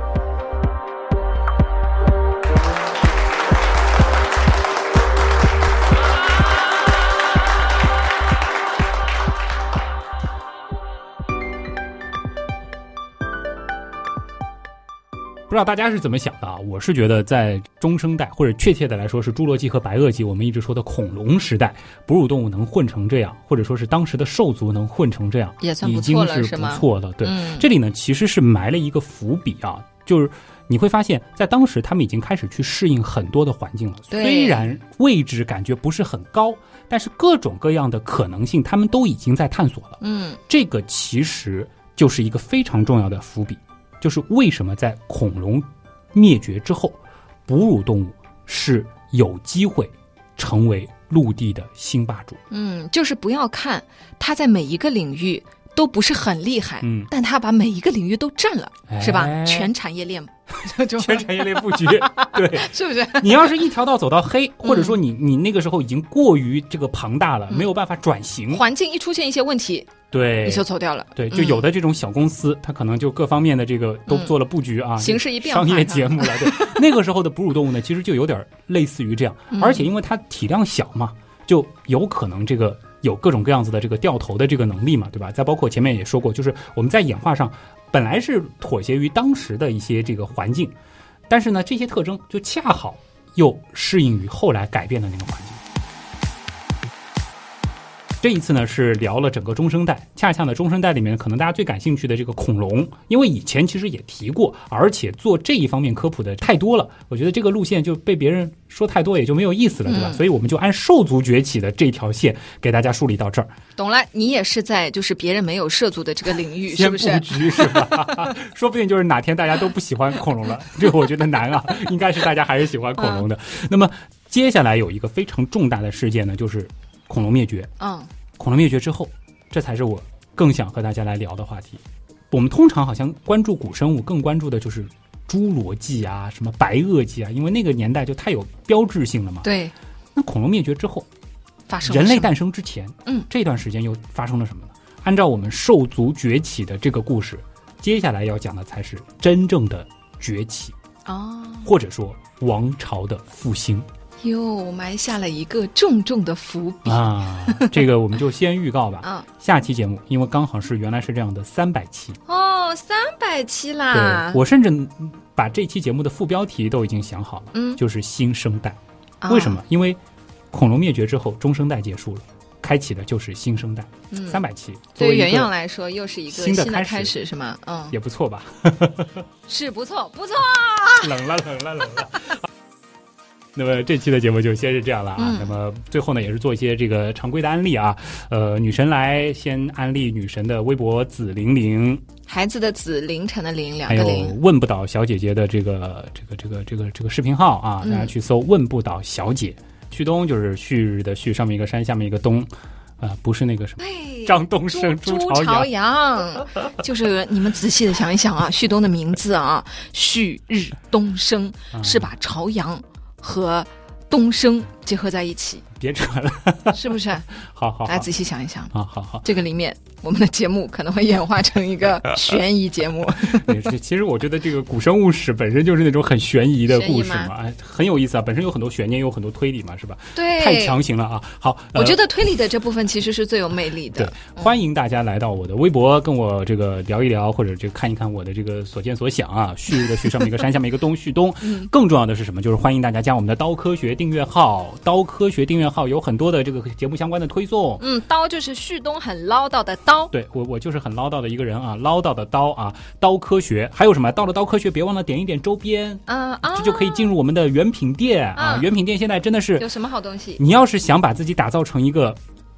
不知道大家是怎么想的啊？我是觉得，在中生代，或者确切的来说是侏罗纪和白垩纪，我们一直说的恐龙时代，哺乳动物能混成这样，或者说是当时的兽族能混成这样，也算不已经错了是是不吗错了。对，嗯这里呢其实是埋了一个伏笔啊，就是你会发现在当时他们已经开始去适应很多的环境了，对虽然位置感觉不是很高，但是各种各样的可能性他们都已经在探索了。嗯，这个其实就是一个非常重要的伏笔，就是为什么在恐龙灭绝之后，哺乳动物是有机会成为陆地的新霸 [LAUGHS] 主。嗯，就是不要看他在每一个领域都不是很厉害，嗯但他把每一个领域都占了，是吧？哎全产业链， [LAUGHS] 就全嗯产业链布局，对。是不是？ [LAUGHS] 你要是一条道走到黑，嗯或者说你你那个时候已经过于这个庞大了，没有办法转型，环境一出现一些问题，对你就走掉了。哎对，就嗯有的这种小公司，它可能就各方面的这个都做了布局啊，嗯形势一变商业化节目了。 [LAUGHS] 对，那个时候的哺乳动物呢，其实就有点类似于这样，嗯而且因为它体量小嘛，就有可能这个有各种各样子的这个掉头的这个能力嘛，对吧？再包括前面也说过，就是我们在演化上本来是妥协于当时的一些这个环境，但是呢，这些特征就恰好又适应于后来改变的那个环境。这一次呢是聊了整个中生代，恰恰呢中生代里面可能大家最感兴趣的这个恐龙，因为以前其实也提过，而且做这一方面科普的太多了，我觉得这个路线就被别人说太多也就没有意思了，对吧？所以我们就按兽族崛起的这条线给大家梳理到这儿，懂了，你也是在就是别人没有涉足的这个领域，是先不布是？局是吧？ [LAUGHS] 说不定就是哪天大家都不喜欢恐龙了，这个我觉得难啊，应该是大家还是喜欢恐龙的。嗯那么接下来有一个非常重大的事件呢，就是恐龙灭绝。嗯，恐龙灭绝之后，这才是我更想和大家来聊的话题。我们通常好像关注古生物，更关注的就是侏罗纪啊、什么白垩纪啊，因为那个年代就太有标志性了嘛。对，那恐龙灭绝之后，发生了人类什么诞生之前，嗯，这段时间又发生了什么呢？按照我们兽族崛起的这个故事，接下来要讲的才是真正的崛起，哦，或者说王朝的复兴。哟，埋下了一个重重的伏笔。啊，这个我们就先预 [LAUGHS] 告吧。啊下期节目，因为刚好是原来是这样的三百期，哦，三百期啦！对我甚至把这期节目的副标题都已经想好了，嗯啊就是新生代。为什？么？因为恐龙灭绝之后，中生代结束了，开启的就是新生代。嗯三百期，作对为于一个原样来说，又是一个新的的开开始始，是吗？嗯，也不错吧？是不错，不错。 [LAUGHS] 冷了，冷了，冷了。 [LAUGHS] 那么这期的节目就先是这样了啊。嗯那么最后呢，也是做一些这个常规的安利啊。呃，女神来先安利女神的微博紫玲玲，孩子的子，凌晨的凌，两还个有零。问不倒小姐姐的这个这个这个这个这个视频号啊，嗯大家去搜“问不倒小姐”。旭东就是旭日的旭，上面一个山，下面一个东，啊，不是那个什么哎张东朱升、朱朝朝阳，就是你们仔细的想一想啊，旭东的名字啊，旭日东升，啊嗯是把朝阳和东升结合在一起，别扯了，[LAUGHS] 是不是？啊好好好，大家仔细想一想，啊，好好。这个里面我们的节目可能会演化成 [LAUGHS] 一个悬疑节目。也是，其实我觉得这个古生物史本身就是那种很悬疑的故事悬疑嘛，哎很有意思啊，本身有很多悬念，有很多推理嘛，是吧？对， [LAUGHS] 太强行了啊！好，呃我觉得嗯推理的这部分其实是最有魅力对的。，欢迎大家来到我的微博，跟我这个聊一聊，或者这个看一看我的这个所见所想啊。旭日的旭，上面一个山，下面一个东，旭东。嗯更重要的是什么？就是欢迎大家加我们的刀科学订阅号。刀科学订阅号有很多的这个节目相关的推送。嗯，刀就是旭东很唠叨的刀。对我，我就是很唠叨的一个人啊，唠叨的刀啊，刀科学。还有什么？到了刀科学，别忘了点一点周边，嗯啊，这就可以进入我们的原品店啊啊。原品店现在真的是有什么好东西？你要是想把自己打造成一个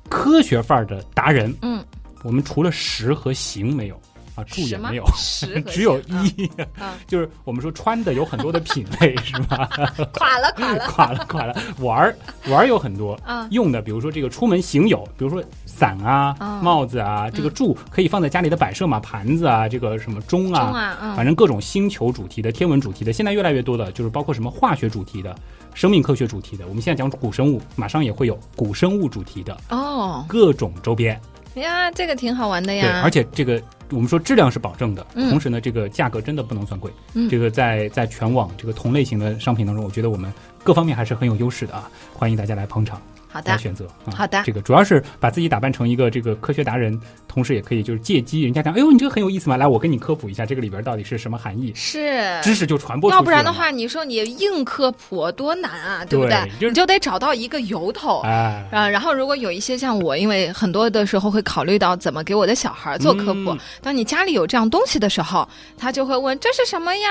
科学范儿的达人，嗯，我们除了食和行没有啊，住也没有。十只有 [LAUGHS] 一，啊就是我们说穿的有很多的品类是吧？啊 [LAUGHS] 垮了垮了垮了垮了，玩儿玩儿有很多，啊！用的比如说这个出门行有，比如说伞啊、啊帽子啊，这个柱可以放在家里的摆设嘛，盘子啊，这个什么钟中啊，啊，嗯，反正各种星球主题的、天文主题的，现在越来越多的，就是包括什么化学主题的、生命科学主题的。我们现在讲古生物，马上也会有古生物主题的哦各种周边。呀，这个挺好玩的对，呀。而且这个我们说质量是保证的，啊嗯同时呢，这个价格真的不能算贵。嗯这个在在全网这个同类型的商品当中，我觉得我们各方面还是很有优势的啊！欢迎大家来捧场，好来的，选择。啊、好的这个主要是把自己打扮成一个这个科学达人，同时也可以就是借机人家讲，哎呦，你这个很有意思嘛，来，我跟你科普一下这个里边到底是什么含义。是。知识就传播出去呃要不了然的嘛话，你说你硬科普多难啊，对不对就是你就得找到一个由头。哎，啊，然后如果有一些像我，因为很多的时候会考虑到怎么给我的小孩做科普。嗯当你家里有这样东西的时候，他就会问这是什么呀？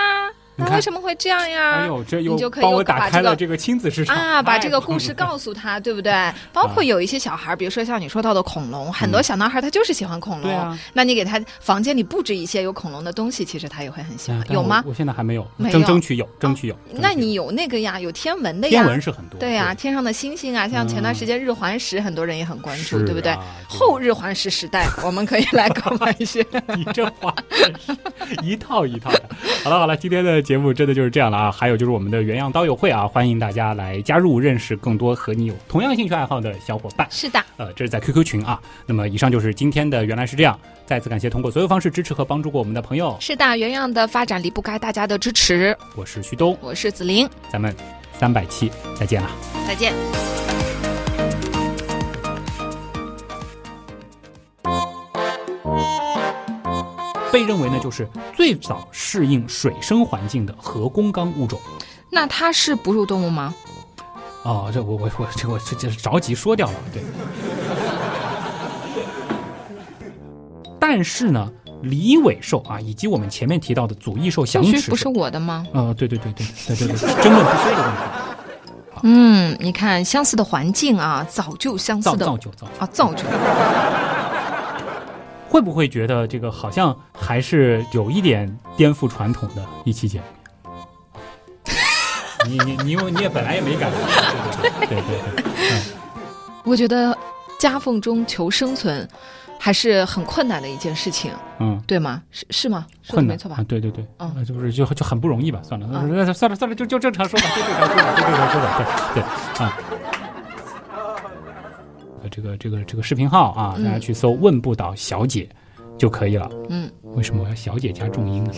你那看为什么会这样呀？哎呦，这又你就可以帮我又打把开这了个这个亲子市场哎啊，把这个故。太棒事了告诉他，对 [LAUGHS] 不对？包括有一些小孩儿，比如说像你说到的恐龙，很多小男孩他就是喜欢恐嗯龙。对啊那你给他房间里布置一些有恐龙的东西，其实他也会很喜哎欢，但有我吗？我现在还没有，没争有哦争取有，争取有。争那取你有有那个呀，有天文的呀，天文是很多，对呀、天上的星星啊，像前段时间日环食，很多人也很关注，是对不对啊？对后日环食时 [LAUGHS] 代，我们可以来购买一些。 [LAUGHS] 你这话真是一套一套的。 [LAUGHS] 好了好了，今天的节目真的就是这样了啊！还有就是我们的原样刀友会啊，欢迎大家来加入，认识更多和你有同样兴趣爱好的小伙伴。 [LAUGHS] 是的，呃，这是在 QQ 群啊。那么以上就是今天的原来是这样。再次感谢通过所有方式支持和帮助过我们的朋友，是的，原样的发展离不开大家的支持。我是旭东，我是子菱，咱们三百期再见了。再见。被认为呢就是最早适应水生环境的河工纲物种。那它是哺乳动物吗？哦，这我我我这我这这着急说掉了，对。 [LAUGHS] 但是呢，离尾兽啊，以及我们前面提到的祖翼兽、这响句齿不是兽，我的吗？呃，对对对对对 [LAUGHS] 对对，争论不休的问题，嗯，你看相似的环境啊，早就相似造的造就造就，啊，造就会不会觉得这个好像还是有一点颠覆传统的一期节目？ [LAUGHS] 你你你有你也本来也没 [LAUGHS] 感觉，对对对对对，我觉得夹缝中求生存，还是很困难的一件事情，嗯。对吗？是是吗？说的困难没错吧啊？？对对对，嗯啊，就是就就很不容易吧？算了，嗯那那算了算了，就就正常说吧，就正常说吧，就正常说吧，对对啊。呃这个这个这个视频号啊，嗯大家去搜“问不倒小姐”就可以了。嗯，为什么我要“小姐”加重音呢？